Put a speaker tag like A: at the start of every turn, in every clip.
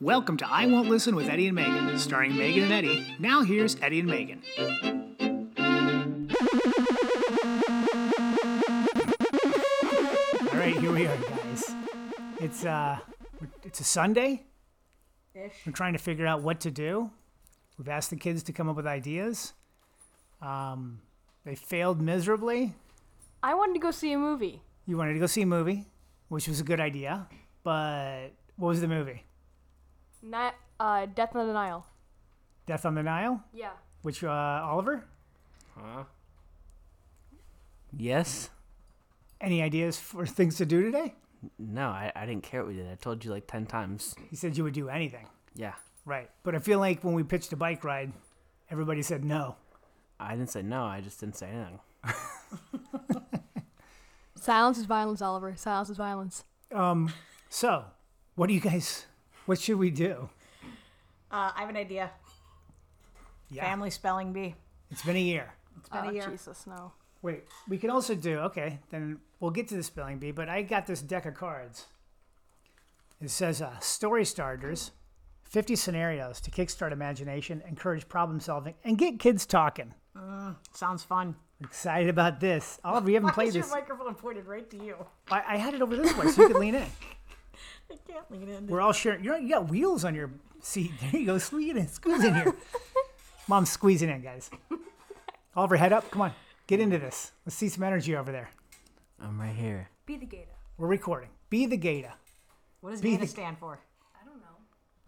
A: Welcome to I Won't Listen with Eddie and Megan, starring Megan and Eddie. Now here's Eddie and Megan. All right, here we are, guys. It's uh, it's a Sunday.
B: Ish.
A: We're trying to figure out what to do. We've asked the kids to come up with ideas. Um, they failed miserably.
B: I wanted to go see a movie.
A: You wanted to go see a movie, which was a good idea, but what was the movie?
B: Ni- uh, Death on the Nile.
A: Death on the Nile,
B: Yeah.
A: which uh, Oliver.
C: Yes?
A: Any ideas for things to do today?
C: No, I, I didn't care what we did. I told you like 10 times.
A: He said you would do anything.
C: Yeah.
A: Right. But I feel like when we pitched a bike ride, everybody said no.
C: I didn't say no, I just didn't say anything.
B: Silence is violence, Oliver. Silence is violence.
A: So, what do you guys, what should we do?
D: Uh, I have an idea.
A: Yeah.
D: Family spelling bee.
A: It's been a year.
D: It's been
B: oh,
D: a year.
B: Jesus, no.
A: Wait, we can also do, okay, then we'll get to the spelling bee, but I got this deck of cards. It says uh, story starters, 50 scenarios to kickstart imagination, encourage problem solving, and get kids talking.
D: Sounds fun.
A: Excited about this. Oliver, you haven't
D: Why
A: played
D: is your
A: this.
D: microphone pointed right to you?
A: I, I had it over this way so you could lean in.
D: I can't lean in.
A: We're all sharing. You're, you got wheels on your seat. There you go. Squeeze in. Squeeze in here. Mom's squeezing in, guys. Oliver, head up. Come on. Get into this. Let's see some energy over there.
C: I'm right here.
B: Be the gator.
A: We're recording. Be the Gata.
D: What does
A: Bee
D: Gata
A: the-
D: stand for?
B: I don't know.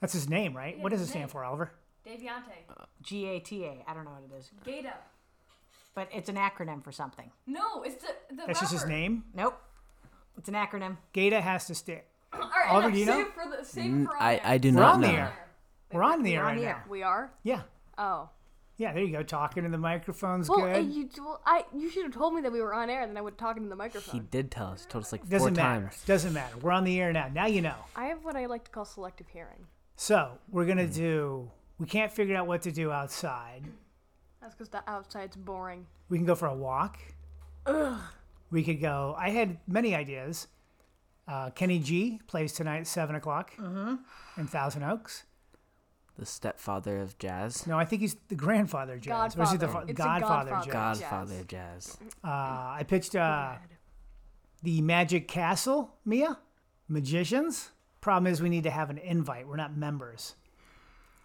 A: That's his name, right? what does it stand for, Oliver?
B: Deviante.
D: G A T A. I don't know what it is,
B: Gator.
D: but it's an acronym for something.
B: No, it's the, the
A: That's just his name.
D: Nope. It's an acronym.
A: Gata has to stay.
B: All right,
A: Oliver, do you know?
B: for the, save for
C: Mm, I, I do
A: We're
C: not
A: on
C: know.
A: the air. We're on the air
D: on
A: right
D: the
A: now.
D: air.
B: We are?
A: Yeah.
B: Oh.
A: Yeah, there you go. Talking to the microphone's
B: Well, uh,
A: good.
B: you, well I, you should have told me that we were on air, then I would have talked into the
C: He
B: microphone.
C: did tell us. He told us like four
A: Doesn't matter.
C: times.
A: Doesn't matter. We're on the air now. Now you know.
B: I have what I like to call selective hearing.
A: So we're gonna do. We can't figure out what to do outside.
B: That's because the outside's boring.
A: We can go for a walk. We could go. I had many ideas. Uh, Kenny G plays tonight at seven o'clock
B: Mm-hmm.
A: in Thousand Oaks.
C: The stepfather of jazz.
A: No, I think he's the grandfather of jazz. Or is he the
B: Godfather. It's a
A: godfather,
B: godfather.
A: Jazz?
B: Jazz.
C: Godfather of jazz.
A: Uh, I pitched uh, the Magic Castle, Mia, magicians. Problem is, we need to have an invite. We're not members.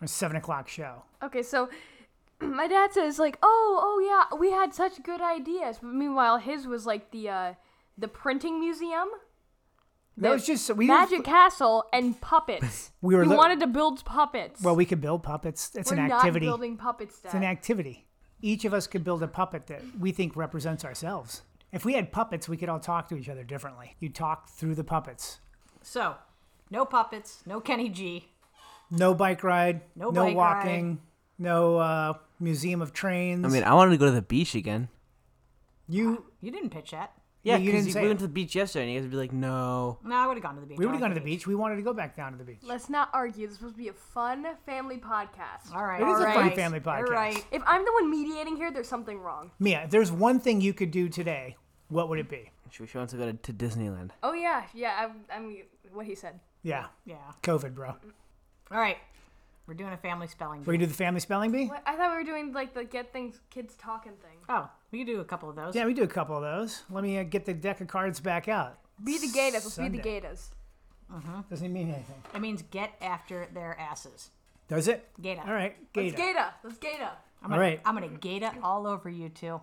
A: It's a seven o'clock show.
B: Okay, so my dad says like, "Oh, oh yeah, we had such good ideas." But meanwhile, his was like the uh, the printing museum,
A: That was just we didn't-
B: magic castle, and puppets.
A: We were
B: he
A: li-
B: wanted to build puppets.
A: Well, we could build puppets. It's
B: we're
A: an
B: not
A: activity.
B: building puppets, Dad.
A: It's an activity. Each of us could build a puppet that we think represents ourselves. If we had puppets, we could all talk to each other differently. You talk through the puppets.
D: So, no puppets, no Kenny G.
A: No bike ride.
D: No bike
A: walking. No uh, museum of trains.
C: I mean, I wanted to go to the beach again.
A: you.
D: You didn't pitch that.
C: Yeah,
A: you
C: because
A: didn't
C: you
A: say
C: we
A: it.
C: went to the beach yesterday and you guys would be like, no.
D: No, I would have gone to the beach.
A: We
D: I
A: would have
D: like
A: gone to the beach. We wanted to go back down to the beach.
B: Let's not argue. This is supposed to be a fun family podcast.
D: All right.
A: It is
D: all
A: a fun
D: right.
A: family podcast.
D: You're right.
B: If I'm the one mediating here, there's something wrong.
A: Mia, if there's one thing you could do today, what would it be?
C: She, she wants to go to, to Disneyland.
B: Oh yeah, yeah. I, I'm what he said.
A: Yeah,
D: Yeah.
A: COVID, bro.
D: All right. We're doing a family spelling
A: We
D: bee.
A: can do the family spelling bee.
B: What? I thought we were doing like the get things kids talking thing.
D: Oh, we could do a couple of those.
A: Yeah, we do a couple of those. Let me uh, get the deck of cards back out.
B: Be the gators. Let's be
A: Sunday.
B: the gators.
A: Doesn't mean anything,
D: It means get after their asses.
A: does it?
D: Gata.
A: All right, Gator.
B: Let's gator. Let's gator.
D: I'm
A: All
D: gonna,
A: right.
D: I'm gonna Gata all over you two.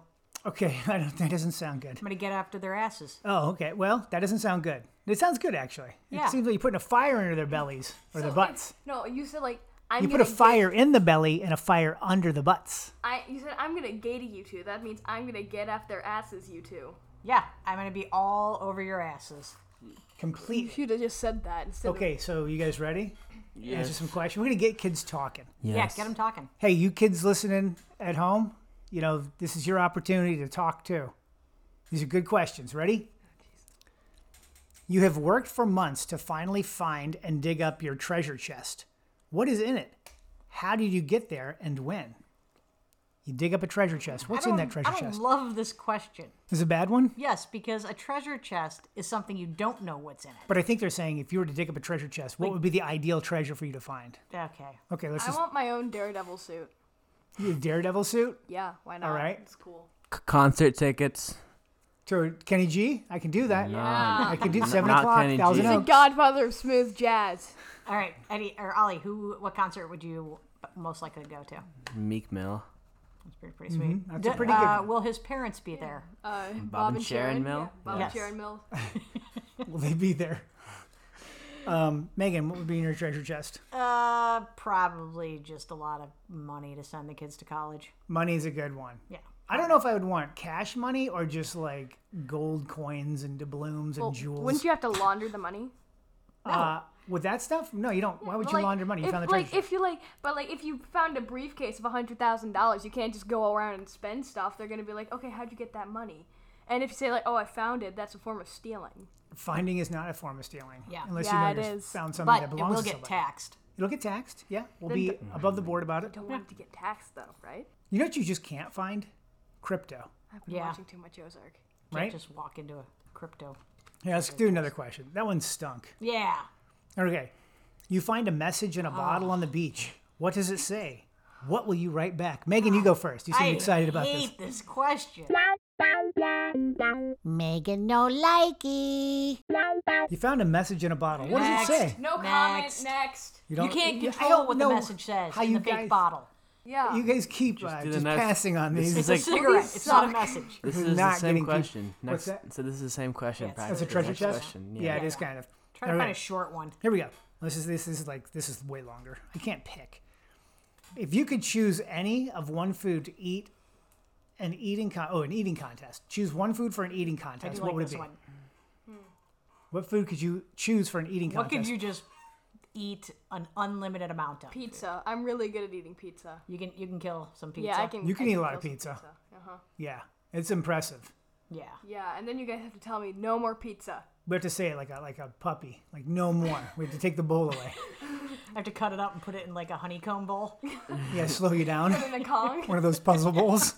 D: I'm
A: Okay, I don't, that doesn't sound good.
D: gonna get after their asses.
A: Oh, okay. Well, that doesn't sound good. It sounds good actually.
D: Yeah.
A: It seems like you're putting a fire under their bellies or their
B: So,
A: butts.
B: No, you said like I'm
A: You
B: gonna
A: put a fire in the belly and a fire under the butts.
B: Get, I, you said I'm gonna gator you two. That means I'm gonna get after their asses, you two.
D: Yeah, I'm gonna be all over your asses.
B: You
A: Complete.
B: should have just said that instead.
A: Okay, so you guys ready? Yeah. Answer some questions. We're gonna get kids talking.
C: Yes.
D: Yeah, get them talking.
A: Hey, you kids listening at home, you know this is your opportunity to talk too. These are good questions. Ready? You have worked for months to finally find and dig up your treasure chest. What is in it? How did you get there and when? You dig up a treasure chest. What's
D: I
A: in
D: don't-
A: that treasure
D: I don't
A: chest?
D: love this question.
A: Is it a bad one?
D: Yes, because a treasure chest is something you don't know what's in it.
A: But I think they're saying if you were to dig up a treasure chest, what would be the ideal treasure for you to find?
D: Okay.
A: Okay, let's
B: I
A: just
B: want my own Daredevil suit.
A: you Daredevil suit.
B: Yeah, why not?
A: right.
B: It's cool.
C: C- concert tickets.
A: To Kenny G, I can do that.
B: Yeah.
A: I can do
C: N-
A: seven
C: not
A: o'clock,
C: Kenny G.
A: thousand
C: He's a
A: oaks.
B: Godfather of smooth jazz.
D: All right, Eddie or Ollie, who? What concert would you most likely go to?
C: Meek Mill.
D: That's pretty, pretty sweet.
A: Mm-hmm. that's
D: Do-
A: a pretty good
D: uh,
A: one.
D: Will his parents be there?
B: Uh, Bob,
C: and Sharon Mill?
B: Yeah, Bob
D: Yes.
B: and Sharon Mill.
A: Will they be there? Um, Megan, what would be in your treasure chest?
D: Uh, probably just a lot of money to send the kids to college.
A: Money is a good one.
D: Yeah.
A: I don't know if I would want cash money or just like gold coins and doubloons and
B: Well,
A: jewels.
B: wouldn't you have to launder the money?
A: uh, with that stuff? No, you don't. Why would
B: But,
A: you
B: like,
A: launder money? You
B: if,
A: found the treasure.
B: like if you like, but like if you found a briefcase of hundred thousand dollars, you can't just go around and spend stuff. They're gonna be like, okay, how'd you get that money? And if you say like, oh, I found it, that's a form of stealing.
A: Finding is not a form of stealing.
D: Yeah.
A: Unless
B: Yeah,
A: you know
B: it
A: you
B: is.
A: found something
D: But
A: that
D: it
A: belongs
D: will
A: to
D: get
A: somebody.
D: taxed.
A: It'll get taxed. Yeah. We'll
B: Then
A: be
B: the-
A: above the board about it.
B: Don't want it to get taxed though, right?
A: You know what you just can't find? Crypto.
B: I've been
D: Yeah.
B: watching too much Ozark.
D: Can't
A: Right?
D: just walk into a crypto.
A: Yeah, let's do another question. That one stunk.
D: Yeah.
A: Okay. You find a message in a bottle
D: Oh.
A: on the beach. What does it say? What will you write back? Megan, you go first. You seem
D: I
A: excited about this.
D: hate this. question.
E: Megan no likey.
A: You found a message in a bottle. What
D: Next.
A: does it say?
B: No comment.
D: Next.
B: Next.
D: You can't control what the message says
A: how
D: in
A: you
D: the fake
A: guys-
D: bottle.
B: Yeah.
A: You guys keep uh,
C: do the
A: just
C: next.
A: passing on
C: This
A: these.
C: is
D: It's,
C: like-
D: a cigarette. It's not a message.
C: This
A: We're
C: is the
A: not
C: same
A: getting people-
C: question.
A: What's
C: Next,
A: that?
C: So this is the same question.
D: Yes.
A: That's a
C: practically.
A: treasure
C: Next
A: chest.
C: question.
A: Yeah, it is kind of.
D: Try to
A: All
D: find
A: right.
D: a short one.
A: Here we go. This is this is like this is way longer. I can't pick. If you could choose any of one food to eat, an eating con- oh an eating contest. Choose one food for an eating
D: I do
A: contest.
D: like
A: What would it
D: this
A: be?
D: one.
A: What food could you choose for an eating
D: What
A: contest?
D: could you just eat an unlimited amount of?
B: pizza. I'm really good at eating pizza.
D: You can you can kill some pizza.
B: Yeah, I can.
A: You can
B: I
A: eat a lot of
B: kill some
A: pizza.
B: Uh huh.
A: yeah, it's impressive.
D: Yeah.
B: Yeah, and then you guys have to tell me no more pizza.
A: We have to say it like a like a puppy, like no more. We have to take the bowl away.
D: I have to cut it up and put it in like a honeycomb bowl.
A: Yeah, slow you down.
B: And a Kong.
A: One of those puzzle bowls.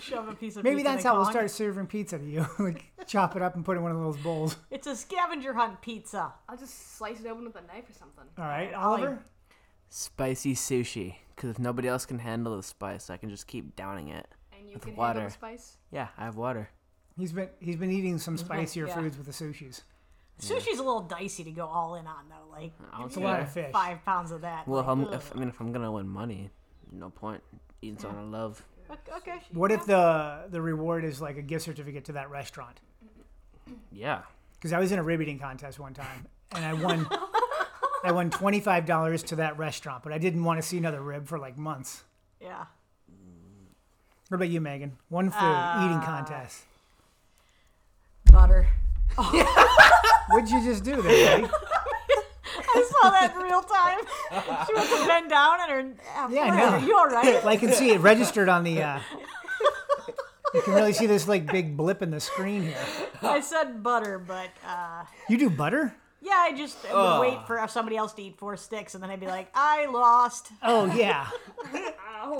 D: Shove a piece of
A: Maybe
D: pizza in
A: that's
D: a
A: how we'll
D: Kong.
A: start serving pizza to you. like chop it up and put it in one of those bowls.
D: It's a scavenger hunt pizza.
B: I'll just slice it open with a knife or something.
A: All right,
D: Ollie.
A: Oliver.
C: Spicy sushi. Because if nobody else can handle the spice, I can just keep downing it.
B: And you
C: With
B: can handle
C: water.
B: the spice.
C: Yeah, I have water.
A: He's been he's been eating some spicier
D: Mm-hmm. yeah.
A: foods with the sushis.
D: Sushi's a little dicey to go all in on though. Like
C: I'll
A: It's a lot of fish.
D: five pounds of that.
C: Well, if I'm,
D: like, uh, ugh.
C: if, I mean, if I'm gonna win money, no point eating something I love.
D: okay.
A: What if the the reward is like a gift certificate to that restaurant?
C: Yeah.
A: Because I was in a rib eating contest one time and I won I won twenty five dollars to that restaurant, but I didn't want to see another rib for like months.
D: Yeah.
A: What about you, Megan? One food eating
D: Ah.
A: contest.
D: Butter.
A: What'd you just do there, buddy?
D: I saw that in real time. She went to bend down and her.
A: Yeah, I
D: Are
A: know.
D: you all right?
A: I can see it registered on the. Uh, you can really see this like big blip in the screen here.
D: I said butter, but uh,
A: You do butter?
D: yeah, I just would wait for somebody else to eat four sticks, and then I'd be like, I lost.
A: Oh yeah.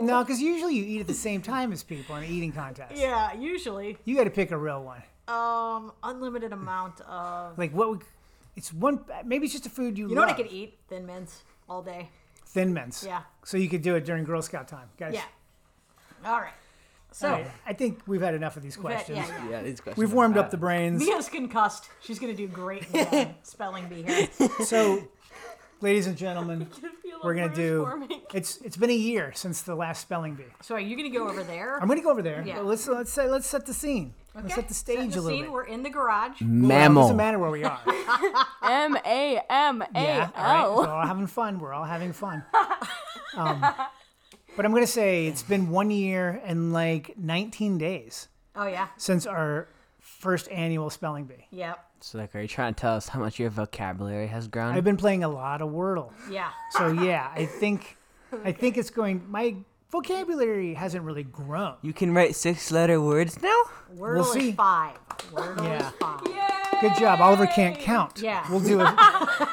A: No, because usually you eat at the same time as people in an eating contest.
D: Yeah, usually.
A: You got to pick a real one.
D: Um, unlimited amount of.
A: Like what? Would, it's one. Maybe it's just a food you.
D: You know what I
A: love.
D: could eat? Thin mints all day.
A: Thin mints.
D: Yeah.
A: So you could do it during Girl Scout time, guys.
D: Yeah. All right. So,
A: All right, I think we've had enough of these
D: but,
A: questions.
D: yeah, yeah.
C: Yeah, these questions.
A: We've warmed up the brains.
D: Mia's concussed. She's gonna do great in the, uh, spelling bee here.
A: So, ladies and gentlemen, we're gonna do. It's it's been a year since the last spelling bee.
D: So, are you gonna go over there?
A: I'm gonna go over there.
D: Yeah.
A: but let's let's say let's set the scene. Let's set the stage
D: Set the
A: a little
D: scene.
A: bit.
D: We're in the garage.
C: Mm.
A: Well, it doesn't
C: Mammal.
A: matter where we are.
B: M A M
A: yeah.
B: A
A: All right. We're
B: L.
A: all having fun. We're all having fun. Um, but I'm gonna say it's been one year and like 19 days
D: Oh yeah.
A: since our first annual spelling bee.
D: Yep.
C: So, like, are you trying to tell us how much your vocabulary has grown?
A: I've been playing a lot of Wordle,
D: Yeah.
A: so yeah, I think I think it's going. My vocabulary hasn't really grown.
C: you can write six-letter words now.
D: Wordle
A: see.
D: is five. Wordle
A: Yeah.
D: is five.
B: Yay!
A: Good job. Oliver can't count.
D: Yeah.
A: We'll do it.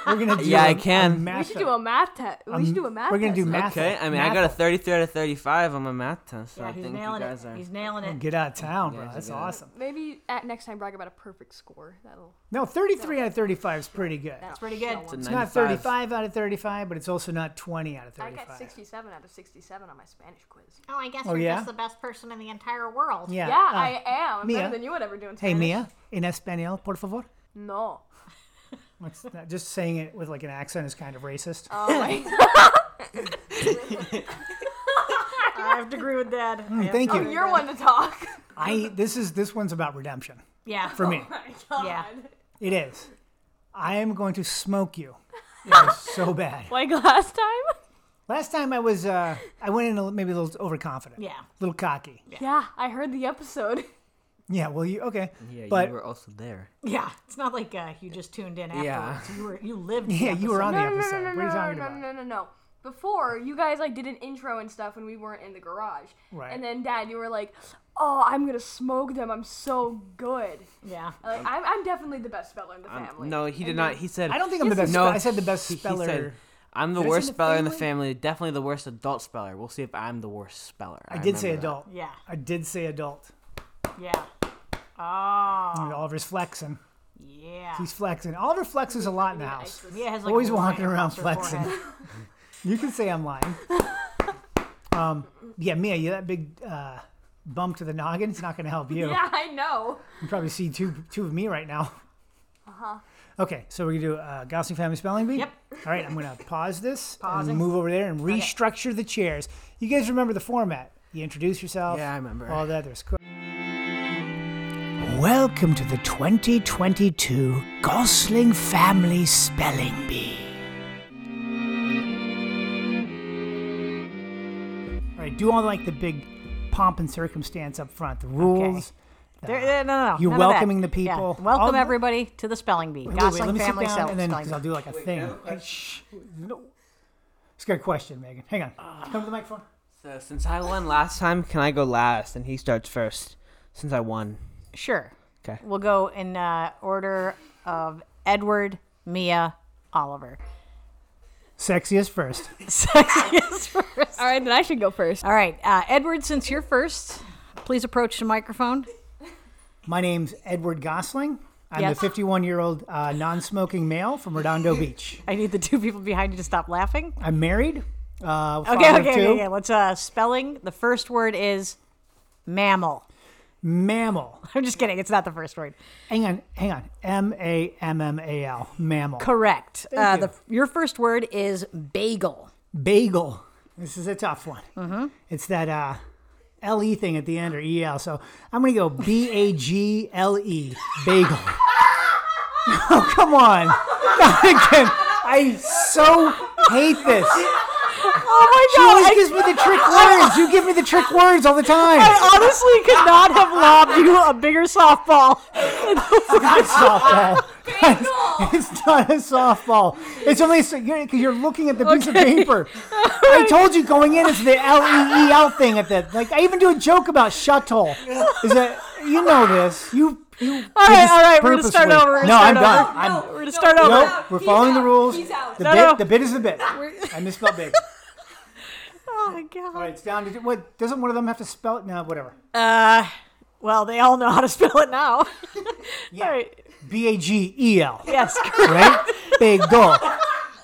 A: We're going to do
C: Yeah,
A: I
C: I can. We should
B: We should do a math test. We should do a math
A: We're gonna do
B: test.
A: math.
C: Okay, I mean, I got a 33 out of 35 on my math test, so
D: Yeah,
C: I
D: he's
C: think you
D: nailing
C: guys
D: it.
C: are.
D: He's nailing it.
A: Get out of town, bro.
C: Yeah,
A: That's
C: yeah.
A: awesome.
B: Maybe at next time brag about a perfect score. That'll
A: No, 33 out of 35 is pretty good.
B: that's
D: pretty good.
C: It's a
A: It's not
C: 95.
A: 35 out of 35, but it's also not 20 out of
B: I
A: 35.
B: got 67 out of 67 on my Spanish quiz.
D: Oh, I guess
A: Oh,
D: you're
A: yeah?
D: just the best person in the entire world.
A: Yeah.
B: Yeah,
A: uh,
B: I am. I'm
A: Mia?
B: better than you would ever do in
A: Hey,
B: Spanish.
A: Mia, in Espanol, por favor.
B: No.
A: What's that? Just saying it with like an accent is kind of racist.
B: Oh,
D: I have to agree with that. I have
A: Hmm, thank
D: to
A: you.
D: agree
B: You're
D: with
B: one to talk.
A: I this is this one's about redemption
D: that. Yeah.
A: for me.
B: My God.
D: Yeah.
A: It is. I am going to smoke you. It is so bad.
B: Like last time?
A: Last time I was, uh, I went in a, li- maybe a little overconfident.
D: Yeah.
A: A little cocky.
B: Yeah. I heard the episode.
A: Yeah, well, you, okay.
C: Yeah,
A: But-
C: you were also there.
D: Yeah. It's not like uh, you just tuned in afterwards.
C: Yeah.
D: You were you lived. the
A: Yeah, you were
D: episode.
A: on the episode.
B: No, no, no, no,
A: what
B: no,
A: are you
B: no,
A: talking
B: no,
A: about?
B: no, no, no. Before, you guys like did an intro and stuff when we weren't in the garage.
A: Right.
B: And then Dad, you were like, "Oh, I'm gonna smoke them. I'm so good.
D: Yeah.
B: Like, I'm, I'm definitely the best speller in the
C: Um,
B: family."
C: no, he did not. He said.
A: I don't think I'm the best.
C: No,
A: spe- I said the best
C: he- he
A: speller.
C: said, I'm the
A: Did I say
C: worst
A: the
C: speller in the
A: family?
C: family. Definitely the worst adult speller. We'll see if I'm the worst speller.
A: I did say
C: remember that.
A: adult.
D: Yeah.
A: I did say adult.
D: Yeah. Oh.
A: And Oliver's flexing.
D: Yeah.
A: He's flexing. Oliver flexes a lot in the house.
D: Mia has like
A: Always
D: a line
A: walking around
D: across her
A: flexing.
D: forehead.
A: You can say I'm lying. um, yeah, Mia, you that big uh, bump to the noggin. It's not going to help you.
B: Yeah, I know.
A: You probably see two two of me right now. Uh-huh. Okay, so we're gonna do uh, Gaussian Family Spelling Bee.
D: Yep.
A: All right, I'm gonna pause this
D: Pausing.
A: and move over there and restructure the chairs. You guys remember the format? You introduce yourself.
C: Yeah, I remember.
A: All that. There's. qu- Welcome to the 2022 Gosling Family Spelling Bee. All right, do all like the big pomp and circumstance up front, the rules.
D: There- there- no, no, no.
A: You're
D: none of that.
A: welcoming the
D: Yeah.
A: people. All-
D: Welcome everybody to the spelling bee.
A: Wait, wait,
D: Gosling
A: let me sit
D: family
A: down
D: Spell-
A: and then
D: spelling
A: because I'll
D: bee.
A: do like a thing. Hey, shh. No. It's got a question, Megan. Hang on. Come to the microphone.
C: So since I won last time, can I go last? And he starts first. Since I won.
D: Sure.
C: Okay.
D: We'll go in uh, order of Edward, Mia, Oliver.
A: Sexiest first.
D: Sexiest first.
B: All right, then I should go first.
D: All right, uh, Edward. Since you're first, please approach the microphone.
A: My name's Edward Gosling. I'm
D: Yes.
A: the 51 year old uh, non smoking male from Redondo Beach.
D: I need the two people behind you to stop laughing.
A: I'm married. Uh,
D: Okay,
A: father of
D: okay,
A: two.
D: okay, okay. Let's uh, spelling. The first word is mammal.
A: Mammal.
D: I'm just kidding. It's not the first word.
A: Hang on, hang on. M A M M A L. Mammal.
D: Correct. uh,
A: you.
D: The, your first word is bagel.
A: Bagel. This is a tough one.
D: Mm-hmm.
A: It's that uh, L E thing at the end or E L. So I'm gonna go B A G L E. Bagel. oh come on, Not again. I so hate this.
D: Oh
A: She always gives me the trick words. You give me the trick words all the time.
D: I honestly could not have lobbed you a bigger softball.
A: Not softball. It's not a softball. It's only because you're looking at the piece of paper. I told you going in, it's the L E E L thing at the like. I even do a joke about shuttle. Is that you know this? You you.
D: All right, all right. We're gonna start
A: purposefully-
D: over. We're gonna
A: No,
D: start
A: I'm done.
D: over.
A: I'm,
D: we're gonna start over.
A: no,
B: out.
A: we're
B: He's
A: following the
B: out.
A: rules.
B: He's out.
A: The
D: No,
A: bit,
D: no.
A: the bit is the bit. I misspelled big.
D: Oh my god.
A: All right, it's down to what? Doesn't one of them have to spell it? No, whatever.
D: Uh, well, they all know how to spell it now. All right.
A: B a g e l.
D: Yes.
A: right? Big goal.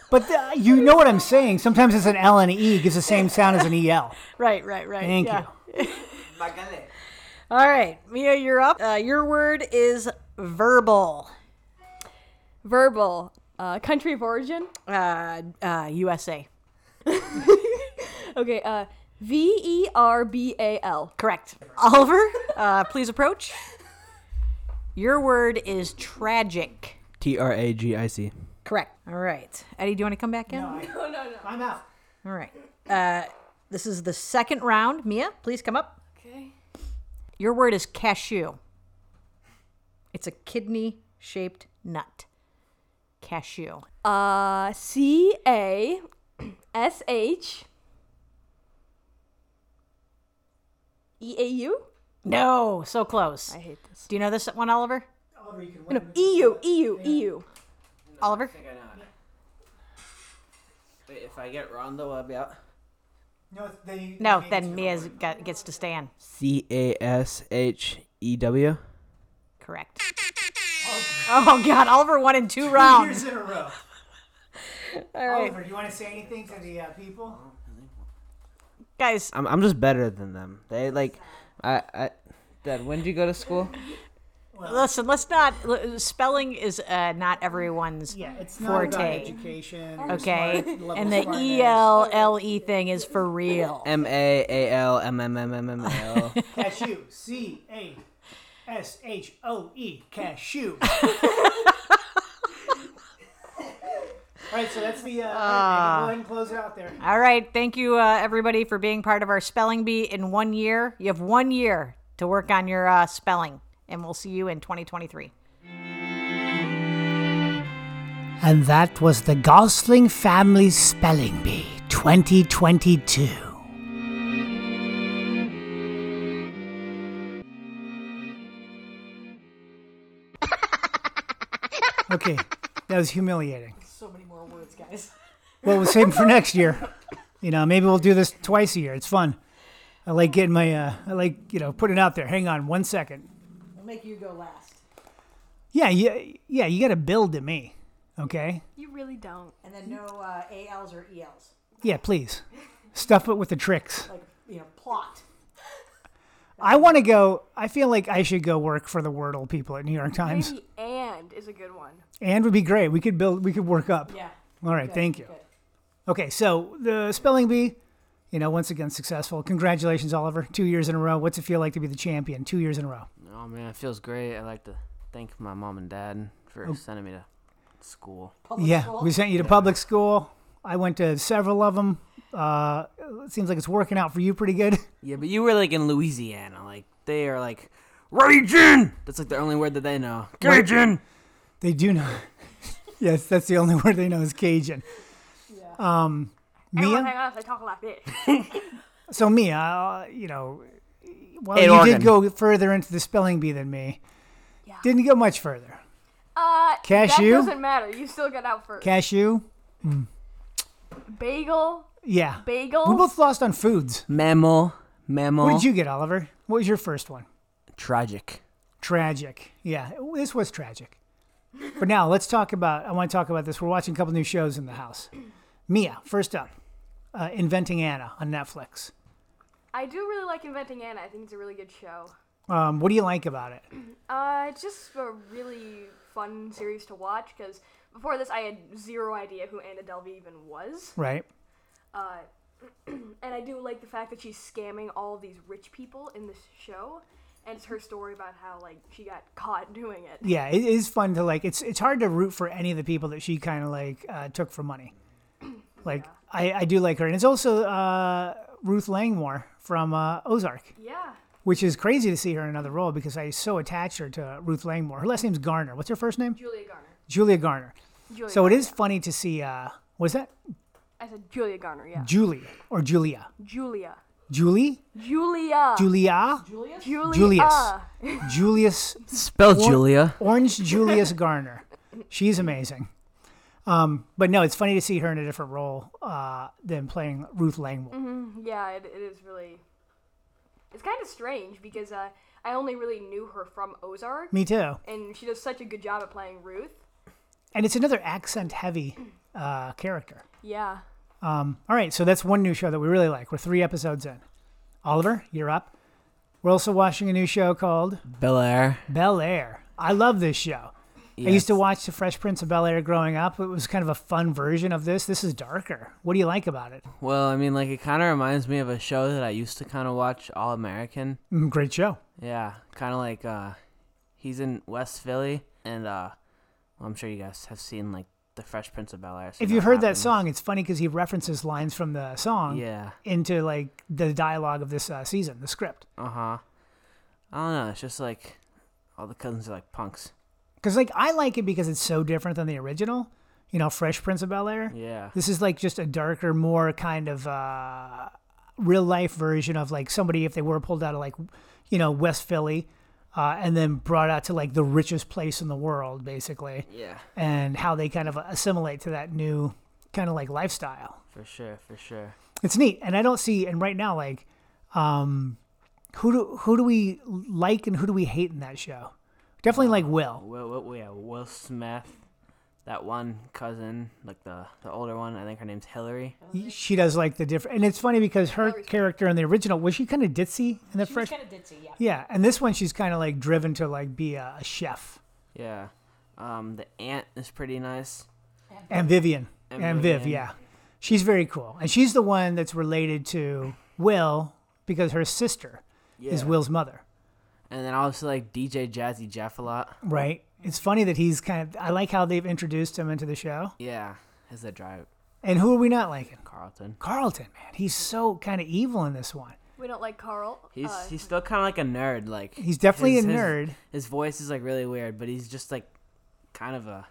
A: But the, you know what I'm saying. Sometimes it's an L and an E gives the same sound as an E EL.
D: right. Right. Right.
A: Thank
D: yeah.
A: you.
D: All right, Mia, you're up. Uh, your word is verbal.
B: Verbal. Uh, country of origin.
D: Uh, uh, USA.
B: Okay. Uh, V E R B A L.
D: Correct. Oliver, uh, please approach. Your word is tragic.
C: T R A G I C.
D: Correct. All right. Eddie, do you want to come back in?
B: No, no, no.
A: I'm out.
D: All right. Uh, this is the second round. Mia, please come up.
B: Okay.
D: Your word is cashew. It's a kidney shaped nut. Cashew.
B: Uh, C A S H E A U.
D: No, so close.
B: I hate this.
D: Do you know this one, Oliver?
A: Oliver, you can
D: No,
A: win.
B: E
D: EU, EU, EU. Oliver?
C: I think I know it. Wait, if I get it wrong though, I'll be out.
A: No, they,
D: No,
A: they-
D: then Mia got, gets to stand.
C: C A S H E W.
D: Correct. Oh, God. Oliver won in two rounds.
A: Years in a row.
D: All right.
A: Oliver, do you want to say anything to the uh, people?
D: Guys,
C: I'm I'm just better than them. They like, I I. Dad, when did you go to school?
D: listen, let's not. l- Spelling is uh, not everyone's.
A: Yeah, it's not about
D: Forte.
A: education.
D: Okay,
A: smart- level
D: and the
A: smartness.
D: E L L E thing is for real.
C: M A A L M M M M M L.
A: Cashew. C A S H O E. Cashew. All right, so that's the. Uh, all right, Megan,
D: Ah.
A: go ahead and close it out there.
D: All right, thank you uh, everybody for being part of our spelling bee. In one year, you have one year to work on your uh, spelling, and we'll see you in 2023.
A: And that was the Gosling Family Spelling Bee 2022. okay, that was humiliating.
D: So many more words, guys.
A: Well, we'll save 'em for next year. You know, maybe we'll do this twice a year. It's fun. I like getting my, uh, I like, you know, putting it out there. Hang on one second.
D: We'll make you go last,
A: Yeah, yeah, yeah, you got to build to me. Okay?
B: You really don't.
D: and then no uh, ALs or ELs,
A: Yeah, please. Stuff it with the tricks.
D: like you know, plot.
A: I want to go, I feel like I should go work for the Wordle people at New York Times.
B: Maybe and is a good one.
A: And would be great. We could build, we could work up.
D: Yeah.
A: All right, thank you. Okay, so the spelling bee, you know, once again successful. Congratulations, Oliver. Two years in a row. What's it feel like to be the champion? Two years in a row.
C: Oh man, it feels great. I'd like to thank my mom and dad
A: Oh.
C: for sending me to school.
D: Oh,
A: yeah, we sent you to public school. I went to several of them. Uh, it seems like it's working out for you pretty good.
C: Yeah, but you were like in Louisiana. Like they are like raging. That's like the only word that they know. Raging.
A: They do know. yes, that's the only word they know is Cajun.
B: Everyone
A: Mia?
B: hang on if I talk like this.
A: So Mia, uh, you know, well,
C: Hey,
A: you
C: Oregon.
A: did go further into the spelling bee than me.
B: Yeah.
A: Didn't go much further.
B: Uh,
A: Cashew?
B: That doesn't matter. You still got out first.
A: Cashew.
B: bagel.
A: Yeah.
B: Bagel.
A: We both lost on foods.
C: Mammal. Mammal.
A: What did you get, Oliver? What was your first one?
C: Tragic.
A: Tragic. Yeah, this was tragic. But now let's talk about. I want to talk about this. We're watching a couple new shows in the house. Mia, first up, uh, Inventing Anna on Netflix.
B: I do really like Inventing Anna. I think it's a really good show.
A: Um, what do you like about it?
B: Uh, it's just a really fun series to watch because before this, I had zero idea who Anna Delvey even was.
A: Right.
B: Uh, and I do like the fact that she's scamming all of these rich people in this show, and it's her story about how like she got caught doing it.
A: Yeah, it is fun to like. It's it's hard to root for any of the people that she kind of like uh, took for money. Like I, I do like her, and it's also uh, Ruth Langmore from uh, Ozark,
B: Yeah,
A: which is crazy to see her in another role because I so attached her to Ruth Langmore. Her last name's Garner. What's her first name?
B: Julia Garner.
A: Julia Garner.
B: Julia
A: So it
B: Garner.
A: is funny to see. Uh, was that
B: I said Julia Garner. Yeah,
A: Julie or Julia?
B: Julia.
A: Julie,
B: Julia.
A: Julia,
B: Julia.
A: Julius. Julius,
C: Spell Julia.
A: Orange Julius Garner. She's amazing. Um, but no, it's funny to see her in a different role uh, than playing Ruth Langmore.
B: Yeah, it, it is really. It's kind of strange because uh, I only really knew her from Ozark,
A: Me too.
B: and she does such a good job at playing Ruth.
A: And it's another accent-heavy uh, character.
B: Yeah.
A: All right, so that's one new show that we really like. We're three episodes in. Oliver, you're up. We're also watching a new show called
C: Bel Air.
A: Bel Air. I love this show. I used to watch The Fresh Prince of Bel Air growing up. It was kind of a fun version of this. This is darker. What do you like about it?
C: Well, I mean, like it kind of reminds me of a show that I used to kind of watch, All American.
A: Mm, great show.
C: Yeah, kind of like uh, he's in West Philly, and uh, well, I'm sure you guys have seen like the Fresh Prince of Bel Air.
A: If you've heard that song, it's funny because he references lines from the song
C: yeah,
A: into like the dialogue of this uh, season, the script.
C: uh huh. I don't know. It's just like all the cousins are like punks.
A: Because like I like it because it's so different than the original. You know, Fresh Prince of Bel Air.
C: Yeah,
A: This is like just a darker, more kind of uh, real life version of like somebody if they were pulled out of like, you know, West Philly, uh, and then brought out to like the richest place in the world, basically,
C: Yeah,
A: and how they kind of assimilate to that new kind of like lifestyle.
C: for sure, for sure.
A: It's neat, and I don't see. And right now, like, um, who do who do we like and who do we hate in that show? Definitely
C: Uh,
A: like Will.
C: Will, Will, yeah, Will Smith, that one cousin, like the the older one. I think her name's Hillary.
A: She does like the different, and it's funny because her character in the original was she kind of ditzy in the first.
D: kind of ditzy, yeah.
A: Yeah, and this one she's kind of like driven to like be a, a chef.
C: Yeah. Um, the aunt is pretty nice.
A: And Vivian. And,
C: And
A: Viv,
C: Vivian.
A: yeah. She's very cool. And she's the one that's related to Will because her sister is
C: Yeah.
A: Will's mother,
C: And then I also like DJ Jazzy Jeff a lot.
A: right? It's funny that he's kind of I like how they've introduced him into the show.
C: Yeah, is the drive
A: And who are we not liking?
C: Carlton.
A: Carlton, man. He's so kind of evil in this one.
B: We don't like Carl.
C: He's
B: Uh,
C: he's still kind of like a nerd. Like
A: He's definitely
C: his-
A: a
C: his-
A: nerd.
C: His voice is like really weird, but he's just like kind of a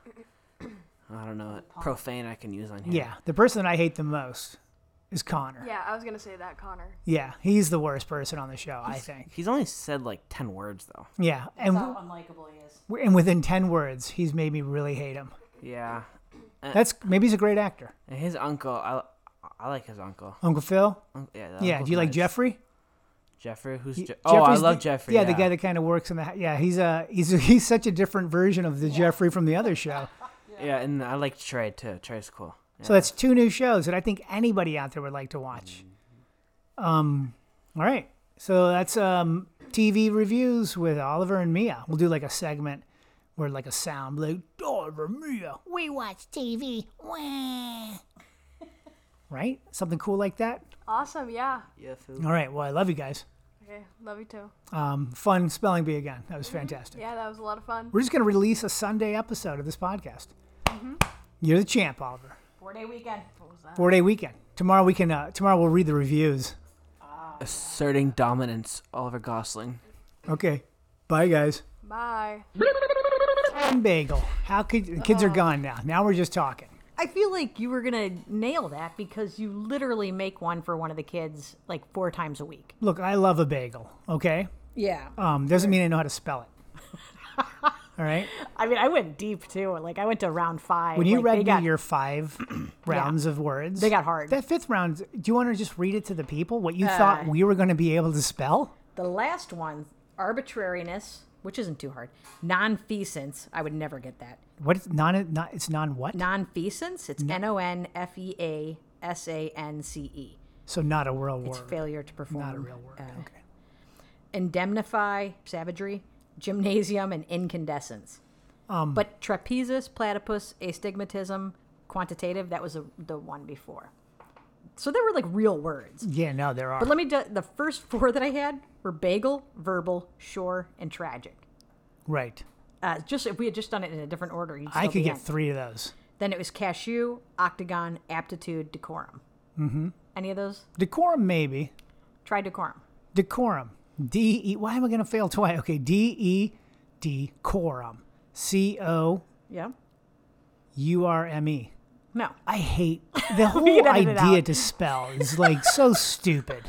C: I don't know profane I can use on here.
A: Yeah. The person that I hate the most is Connor. Yeah.
B: yeah, I was gonna say that Connor.
A: he's the worst person on the show, I think.
C: He's only said like ten words though.
A: Yeah. And w-
D: unlikable he is.
A: and within 10 words, he's made me really hate him.
C: Yeah, Uh,
A: That's maybe he's a great actor.
C: and his uncle. I I like his uncle.
A: Uncle Phil?
C: Unc- Yeah. the
A: Yeah, do
C: uncle's
A: you like
C: nice.
A: Jeffrey?
C: Jeffrey? Who's
A: He-
C: Je- Oh, I
A: Jeffrey's
C: love
A: the-
C: Jeffrey.
A: Yeah, the guy that kind of works in the ha- yeah. He's a he's he's such a different version of the Jeffrey from the other show.
C: Yeah, and I like Trey too. Trey's cool.
A: So that's two new shows that I think anybody out there would like to watch. Um, all right, so that's um TV reviews with Oliver and Mia. We'll do like a segment where like a sound like Oliver Mia,
E: We watch TV. Wah.
A: right? Something cool like that.
B: Awesome. Yeah.
C: Yeah,
A: All right, well I love you guys.
B: Okay. Love you too.
A: Um, fun spelling bee again. That was fantastic.
B: Yeah, that was a lot of fun.
A: We're just going to release a Sunday episode of this podcast. You're the champ, Oliver.
D: Four day weekend.
A: Four day weekend. Tomorrow we can. Uh, tomorrow we'll read the reviews.
C: Asserting dominance, Oliver Gosling.
A: Okay. Bye, guys.
B: Bye.
A: And bagel. How could the
D: Oh.
A: kids are gone now? Now we're just talking.
D: I feel like you were gonna nail that because you literally make one for one of the kids like four times a week.
A: Look, I love a bagel. Okay.
D: Yeah.
A: Um, doesn't mean I know how to spell it. All right.
D: I mean, I went deep too. Like I went to round five.
A: When you
D: Like,
A: read
D: they
A: me
D: got-
A: your five rounds of words,
D: They got hard. Uh.
A: That fifth round. Do you want to just read it to the people? What you thought we were going to be able to spell?
D: the last one, arbitrariness, which isn't too hard. Nonfeasance. I would never get that.
A: What is non? Not it's non what?
D: Nonfeasance. It's N O N F E A S A N C E.
A: so not a real word.
D: It's failure to perform.
A: Not a real word.
D: uh,
A: okay.
D: Indemnify, savagery, gymnasium, and incandescence.
A: Um,
D: but trapezus, platypus, astigmatism, quantitative, that was the the one before. So they were like real words.
A: Yeah. No, there are.
D: But let me, do, the first four that I had were bagel, verbal, shore, and tragic.
A: right.
D: Uh, just if we had just done it in a different order, you'd still
A: I could
D: be
A: get
D: in.
A: three of those.
D: Then it was cashew, octagon, aptitude, decorum. Mm-hmm. Any of those?
A: Decorum, maybe.
D: Try decorum.
A: Decorum. D E. Why am I going to fail twice? Okay. D E. Decorum. C O
D: Yeah.
A: U R M E.
D: No.
A: I hate the whole
D: can edit it
A: idea
D: out.
A: to spell is like so stupid.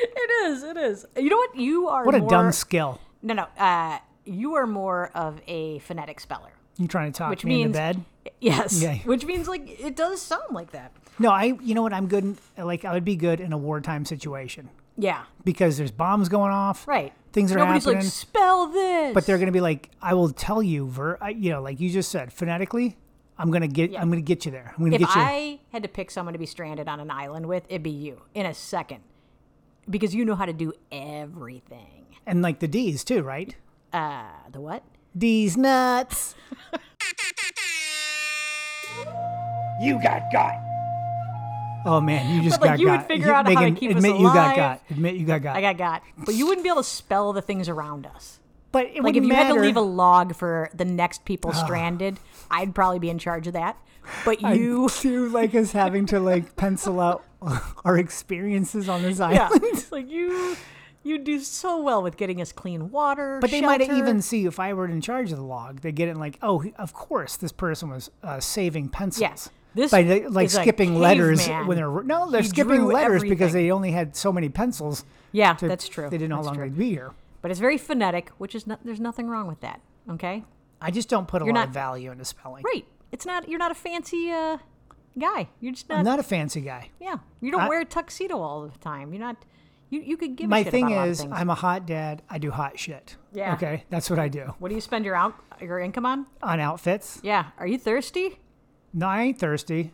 D: It is. It is. You know what? You are
A: What a
D: more,
A: dumb skill.
D: No, no. Uh, you are more of a phonetic speller,
A: You trying to talk
D: which
A: me
D: means
A: into bed?
D: yes,
A: Yeah.
D: which means like it does sound like that.
A: No, I. You know what? I'm good. In, like I would be good in a wartime situation
D: Yeah,
A: because there's bombs going off.
D: right.
A: Things are
D: Nobody's
A: happening.
D: like spell this,
A: but they're going to be like, I will tell you, ver, I, you know, like you just said, phonetically, I'm going to get, I'm going to get you there. I'm going to
D: If
A: get you.
D: I had to pick someone to be stranded on an island with, it'd be you in a second, because you know how to do everything.
A: and like the D's too, right?
D: Uh, the what?
A: D's nuts.
F: You got got.
A: Oh man, you just
D: But, like,
A: got
D: you would
A: got.
D: figure out how to keep us
A: admit you got
D: alive.
A: got. Admit you got got.
D: I got got. But you wouldn't be able to spell the things around us.
A: but it
D: Like if
A: wouldn't
D: you
A: matter.
D: had to leave a log for the next people stranded, I'd probably be in charge of that. But
A: I
D: you,
A: do like us having to like pencil out our experiences on this
D: yeah,
A: island.
D: like you, you do so well with getting us clean water.
A: But they might
D: shelter.
A: even see if I were in charge of the log, they get it like, oh, he- of course, this person was uh, saving pencils.
D: Yes. This
A: by like, like
D: is a
A: skipping letters
D: caveman.
A: when they're no, they're
D: He
A: skipping
D: drew
A: letters because
D: everything.
A: they only had so many pencils.
D: Yeah,
A: to-
D: that's true.
A: They didn't know how
D: That's
A: long
D: true.
A: they'd be here.
D: But it's very phonetic, which is not, there's nothing wrong with that. Okay,
A: I just don't put a
D: You're
A: lot
D: not-
A: of value into spelling.
D: right? It's not you're not a fancy uh, guy. You're just not.
A: I'm not a fancy guy.
D: yeah, you don't
A: I-
D: wear a tuxedo all the time. You're not. You you could give a
A: My
D: shit
A: thing
D: about a lot of
A: is,
D: things.
A: I'm a hot dad. I do hot shit.
D: Yeah.
A: Okay, that's what I do
D: What do you spend your out your income on?
A: on outfits.
D: Yeah. Are you thirsty?
A: No, I ain't thirsty.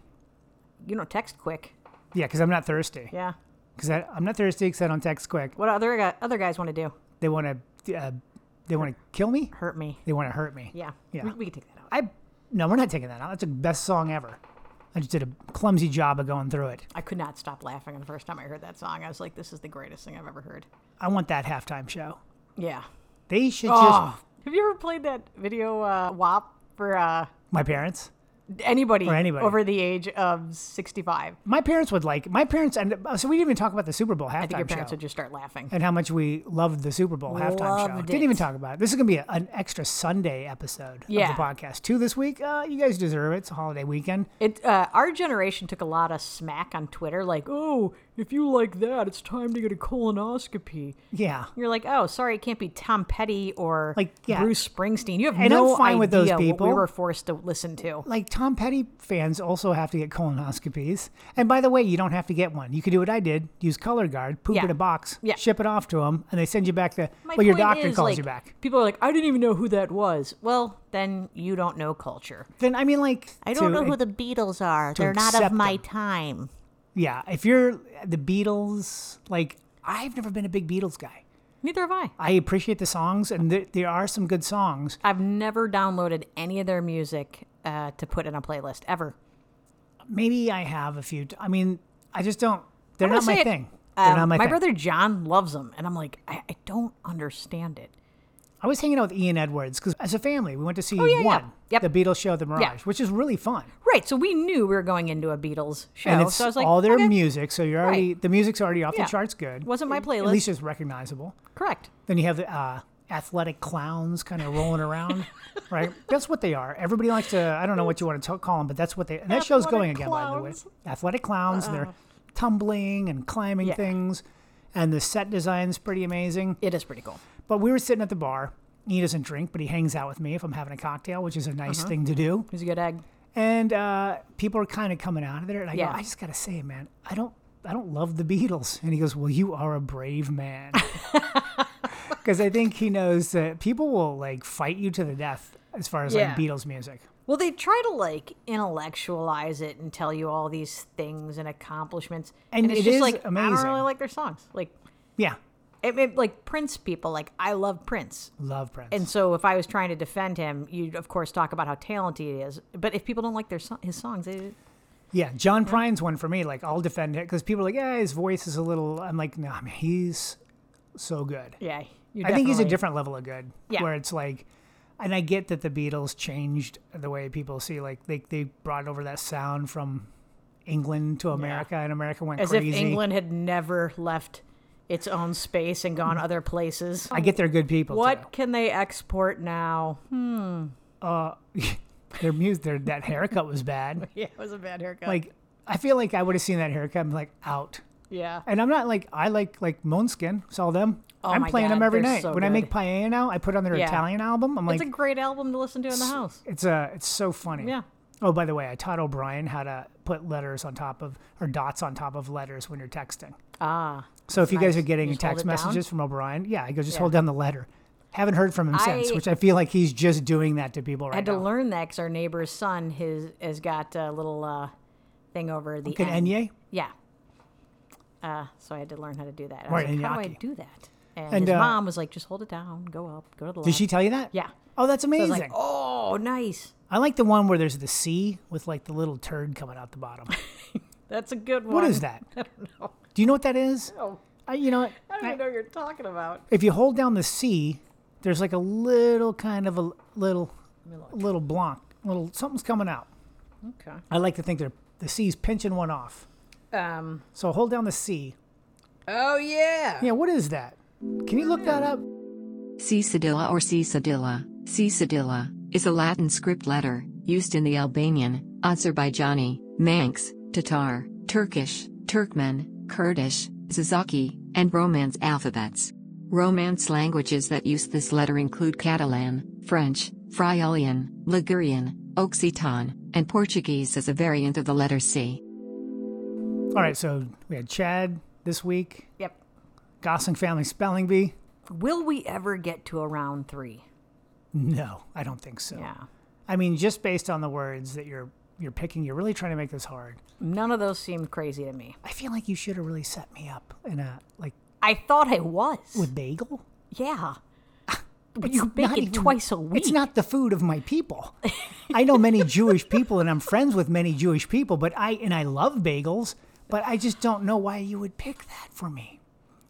D: You don't text quick.
A: Yeah, because I'm not thirsty.
D: Yeah.
A: Because I'm not thirsty because I don't text quick.
D: What other gu- other guys want to do?
A: They want to, uh, they want to kill me.
D: Hurt me.
A: They want to hurt me.
D: Yeah.
A: Yeah.
D: We, we can take that out.
A: I no, we're not taking that out. That's the best song ever. I just did a clumsy job of going through it.
D: I could not stop laughing the first time I heard that song. I was like, this is the greatest thing I've ever heard.
A: I want that halftime show.
D: Yeah.
A: They should
D: Oh.
A: just
D: Have you ever played that video uh, WAP for uh,
A: my parents.
D: anybody,
A: For anybody.
D: over the age of 65?
A: My parents would like my parents, and so we didn't even talk about the Super Bowl halftime
D: I think your parents
A: show
D: would just start laughing.
A: and how much we loved the Super Bowl halftime show.
D: Loved
A: Didn't
D: it.
A: even talk about it. This is gonna be a- an extra Sunday episode
D: Yeah.
A: of the podcast. Two this week. Uh, you guys deserve it. It's a holiday weekend.
D: It, uh, our generation took a lot of smack on Twitter, like, oh, if you like that, it's time to get a colonoscopy.
A: Yeah.
D: You're like, oh, sorry, it can't be Tom Petty or
A: Like, yeah.
D: Bruce Springsteen. You have
A: And I'm
D: no
A: fine
D: idea
A: with those
D: what we
A: people.
D: were forced to listen to.
A: Like Tom Petty fans also have to get colonoscopies. And by the way, you don't have to get one. You can do what I did: use color guard, poop
D: Yeah.
A: in a box,
D: Yeah.
A: ship it off to them, and they send you back the.
D: My
A: well, your
D: point
A: doctor
D: is,
A: calls
D: like,
A: you back.
D: People are like, I didn't even know who that was. Well, then you don't know culture.
A: Then I mean, like
E: I don't
A: to-
E: know who the Beatles are.
A: to
E: They're not
A: accept
E: of my
A: them.
E: time.
A: Yeah, if you're the Beatles, like I've never been a big Beatles guy.
D: Neither have I.
A: I appreciate the songs, and there, there are some good songs.
D: I've never downloaded any of their music uh, to put in a playlist ever.
A: Maybe I have a few. T- I mean, I just don't. They're
D: I'm
A: not
D: gonna
A: my
D: say it.
A: thing. They're
D: Um,
A: not my,
D: my
A: thing.
D: brother John loves them, and I'm like, I, I don't understand it.
A: I was hanging out with Ian Edwards because as a family we went to see
D: Oh, yeah, yeah.
A: one,
D: Yep.
A: the Beatles show at the Mirage,
D: Yeah.
A: which is really fun.
D: Right, so we knew we were going into a Beatles show.
A: and it's
D: Oh, so I was like,
A: all their
D: okay.
A: music. So you're already the music's already off
D: Yeah.
A: the charts. Good.
D: Wasn't my
A: At
D: playlist.
A: least it's recognizable.
D: Correct.
A: Then you have the uh, athletic clowns kind of rolling around, right? That's what they are. Everybody likes to. I don't know what you want to t- call them, but that's what they. And that show's going
D: Athletic Uh-huh.
A: again, by the way. Athletic clowns. and they're tumbling and climbing
D: Yeah.
A: things, and the set design's pretty amazing.
D: It is pretty cool.
A: But we were sitting at the bar. He doesn't drink, but he hangs out with me if I'm having a cocktail, which is a
D: Uh-huh.
A: nice thing to do
D: He's a good egg.
A: and uh, people are kind of coming out of there. And I
D: Yeah.
A: go, I just gotta say, man, I don't, I don't love the Beatles. And he goes, Well, you are a brave man, because I think he knows that people will like fight you to the death as far as
D: Yeah.
A: like Beatles music.
D: Well, they try to like intellectualize it and tell you all these things and accomplishments,
A: And
D: it's
A: it
D: just
A: is
D: like I don't
A: amazing.
D: really like their songs. Like,
A: Yeah,
D: it, it, like Prince people, like I love Prince,
A: love Prince.
D: and so if I was trying to defend him, you'd of course talk about how talented he is. But if people don't like their so- his songs, they,
A: yeah, John Prine's one for me. Like I'll defend it because people are like, Yeah, his voice is a little. I'm like, No, I mean he's so good.
D: yeah, you
A: I think he's a
D: definitely-
A: different level of good.
D: Yeah.
A: Where it's like, and I get that the Beatles changed the way people see, like, they, they brought over that sound from England to America, and America went
D: as
A: crazy.
D: if England had never left its own space and gone other places.
A: I get they're good people.
D: what can they export now?
A: Too. their music, their, that haircut was bad.
D: Yeah, it was a bad haircut.
A: Like, I feel like I would have seen that haircut and be like, out.
D: yeah,
A: And I'm not like, I like, like, Moonskin, saw them.
D: Oh
A: I'm
D: my
A: playing them
D: God,
A: every
D: they're
A: night.
D: so
A: when I
D: good.
A: make paella now, I put on their
D: Yeah.
A: Italian album. I'm like,
D: it's a great album to listen to in the house.
A: It's a it's so funny.
D: Yeah.
A: Oh, by the way, I taught O'Brien how to put letters on top of or dots on top of letters when you're texting.
D: Ah,
A: So if you guys
D: nice.
A: are getting
D: You just hold
A: text
D: it down?
A: messages from O'Brien, yeah, I go just
D: Yeah.
A: hold down the letter. Haven't heard from him since,
D: I-
A: which I feel like he's just doing that to people right
D: I had to
A: now.
D: learn that because our neighbor's son his has got a little uh, thing over the
A: Can
D: end.
A: Enye?
D: Yeah. Uh, so I had to learn how to do that. I
A: Or
D: was like, how do I
A: Enyaki.
D: do that? And,
A: And,
D: his
A: uh,
D: mom was like, just hold it down, go up, go to the left.
A: Did she tell you that?
D: Yeah.
A: Oh, that's
D: So I
A: amazing.
D: was like, oh, nice.
A: I like the one where there's the C with like the little turd coming out the bottom.
D: That's a good one.
A: What is that?
D: I don't know.
A: Do you know what that is?
D: No.
A: I, you know, what?
D: I don't
A: I-
D: even know what you're talking about.
A: if you hold down the C, there's like a little kind of a little, little blanc, little something's coming out.
D: Okay.
A: I like to think they're the C's pinching one off.
D: Um.
A: So hold down the C.
D: Oh, yeah.
A: Yeah, what is that? Can you look that up?
G: Cisadilla or Cisadilla, Cisadilla, is a Latin script letter, used in the Albanian, Azerbaijani, Manx, Tatar, Turkish, Turkmen, Kurdish, Zazaki, and Romance alphabets. Romance languages that use this letter include Catalan, French, Friulian, Ligurian, Occitan, and Portuguese as a variant of the letter C.
A: All right, so we had Chad this week,
D: Yep.
A: Gosling Family Spelling Bee.
D: Will we ever get to a round three?
A: No, I don't think so.
D: Yeah.
A: I mean, just based on the words that you're you're picking, you're really trying to make this hard.
D: None of those seemed crazy to me.
A: I feel like you should have really set me up in a like
D: I thought I was.
A: with bagel.
D: yeah. But
A: It's
D: you bake
A: not
D: it
A: even-
D: twice a week.
A: It's not the food of my people. I know many Jewish people, and I'm friends with many Jewish people. But I and I love bagels, but I just don't know why you would pick that for me.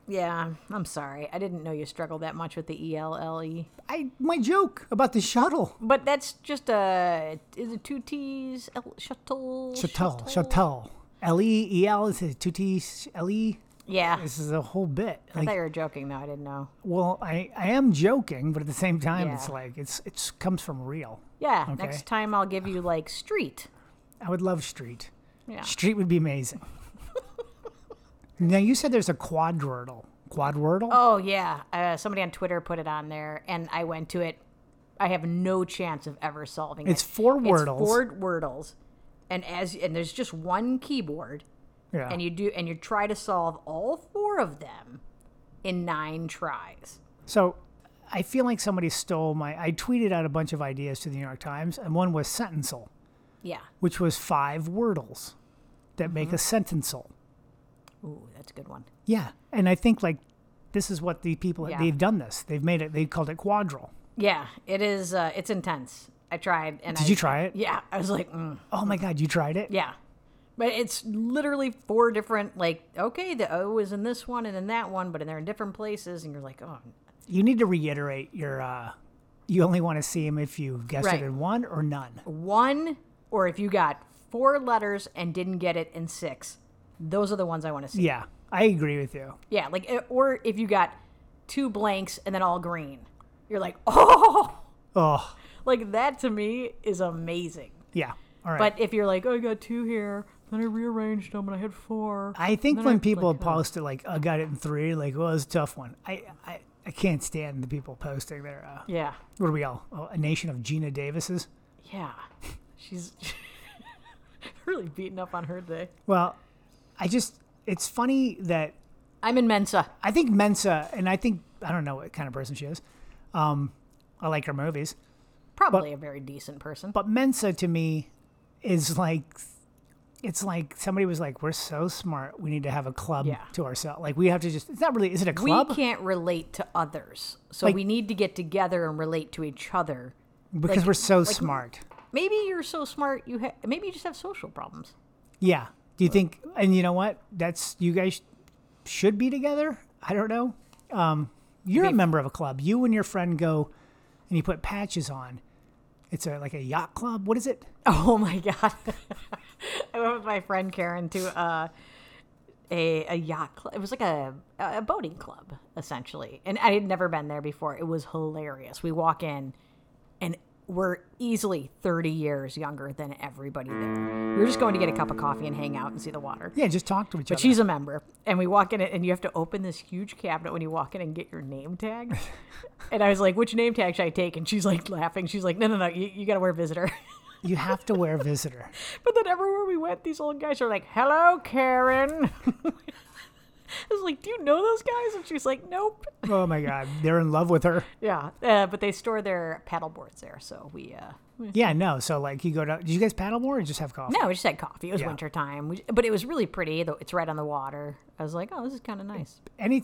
D: Yeah, I'm sorry. I didn't know you struggled that much with the E L L E.
A: I my joke about the shuttle,
D: But that's just a is it two T's L, shuttle
A: shuttle, shuttle, L E E L is it two T's L E.
D: Yeah,
A: This is a whole bit.
D: I
A: Like,
D: thought you were joking though. I didn't know.
A: well, I I am joking, but at the same time, it's
D: Yeah.
A: like it's it's comes from real.
D: Yeah,
A: Okay.
D: next time I'll give you like street.
A: I would love street.
D: Yeah.
A: Street would be amazing. now you said there's a quadwordle. Quadwordle.
D: Oh yeah, uh, somebody on Twitter put it on there, and I went to it. I have no chance of ever solving
A: It's
D: it.
A: four Wordles.
D: It's four wordles, and as and there's just one keyboard,
A: yeah.
D: and you do and you try to solve all four of them in nine tries.
A: So I feel like somebody stole my. I tweeted out a bunch of ideas to the New York Times, and one was sentenceal,
D: Yeah.
A: which was five wordles that
D: Mm-hmm.
A: make a sentenceal.
D: Ooh, that's a good one.
A: Yeah, and I think like this is what the people
D: Yeah.
A: they've done this. They've made it. They called it quadril.
D: Yeah, it is. Uh, it's intense. I tried, and
A: Did
D: I,
A: you try it?
D: Yeah, I was like, mm,
A: Oh my god, you tried it?
D: yeah, but it's literally four different. Like, okay, the O is in this one and in that one, but they're in different places, and you're like, oh,
A: You need to reiterate your. uh You only want to see him if you guessed
D: Right.
A: it in one or none.
D: one, or if you got four letters and didn't get it in six, those are the ones I want to see.
A: Yeah, I agree with you.
D: Yeah, like, eh, or if you got two blanks and then all green, you're like, oh,
A: Oh,
D: like that to me is amazing.
A: yeah. All right.
D: But if you're like, oh, I got two here, then I rearranged them and I had four.
A: I think
D: then
A: when
D: I'd,
A: people
D: like, uh,
A: post it, like, I got it in three, like, well, it's a tough one. I, I, I can't stand the people posting their, uh,
D: Yeah,
A: what are we all? Oh, a nation of Gina Davises?
D: yeah. She's really beating up on her today.
A: Well, I just, it's funny that
D: I'm in Mensa.
A: I think Mensa, and I think, I don't know what kind of person she is. Um, I like her movies.
D: Probably a very decent person.
A: But Mensa to me is like, it's like somebody was like, we're so smart. We need to have a club
D: Yeah.
A: to ourselves. Like, we have to just, it's not really, is it a
D: we
A: club?
D: can't relate to others, so
A: Like-
D: we need to get together and relate to each other.
A: because
D: like-
A: we're so
D: like-
A: smart.
D: Maybe you're so smart you ha- maybe you just have social problems.
A: Yeah. Do you think? And you know what? That's you guys should be together. I don't know. Um, you're a member of a club. You and your friend go, and you put patches on. It's a like a yacht club. What is it?
D: Oh my god! I went with my friend Karen to uh, a a yacht club. It was like a a boating club essentially, and I had never been there before. It was hilarious. We walk in, and we're easily thirty years younger than everybody there. We were just going to get a cup of coffee and hang out and see the water.
A: Yeah, just talk to each
D: But
A: other.
D: she's a member, and we walk in, and you have to open this huge cabinet when you walk in and get your name tag. and I was like, "Which name tag should I take?" And she's like laughing. She's like, "No, no, no, you, you got to wear visitor."
A: you have to wear a visitor.
D: But then everywhere we went, these old guys are like, "Hello, Karen." I was like, "Do you know those guys?" And she's like, "Nope."
A: Oh my god, they're in love with her.
D: Yeah, uh, but they store their paddle boards there, so we. Uh,
A: Yeah, no. So like, you go to. Did you guys paddle more or just have coffee?
D: no, we just had coffee. It was
A: Yeah.
D: winter time, we, but it was really pretty. Though it's right on the water. I was like, "Oh, this is kind of nice."
A: Any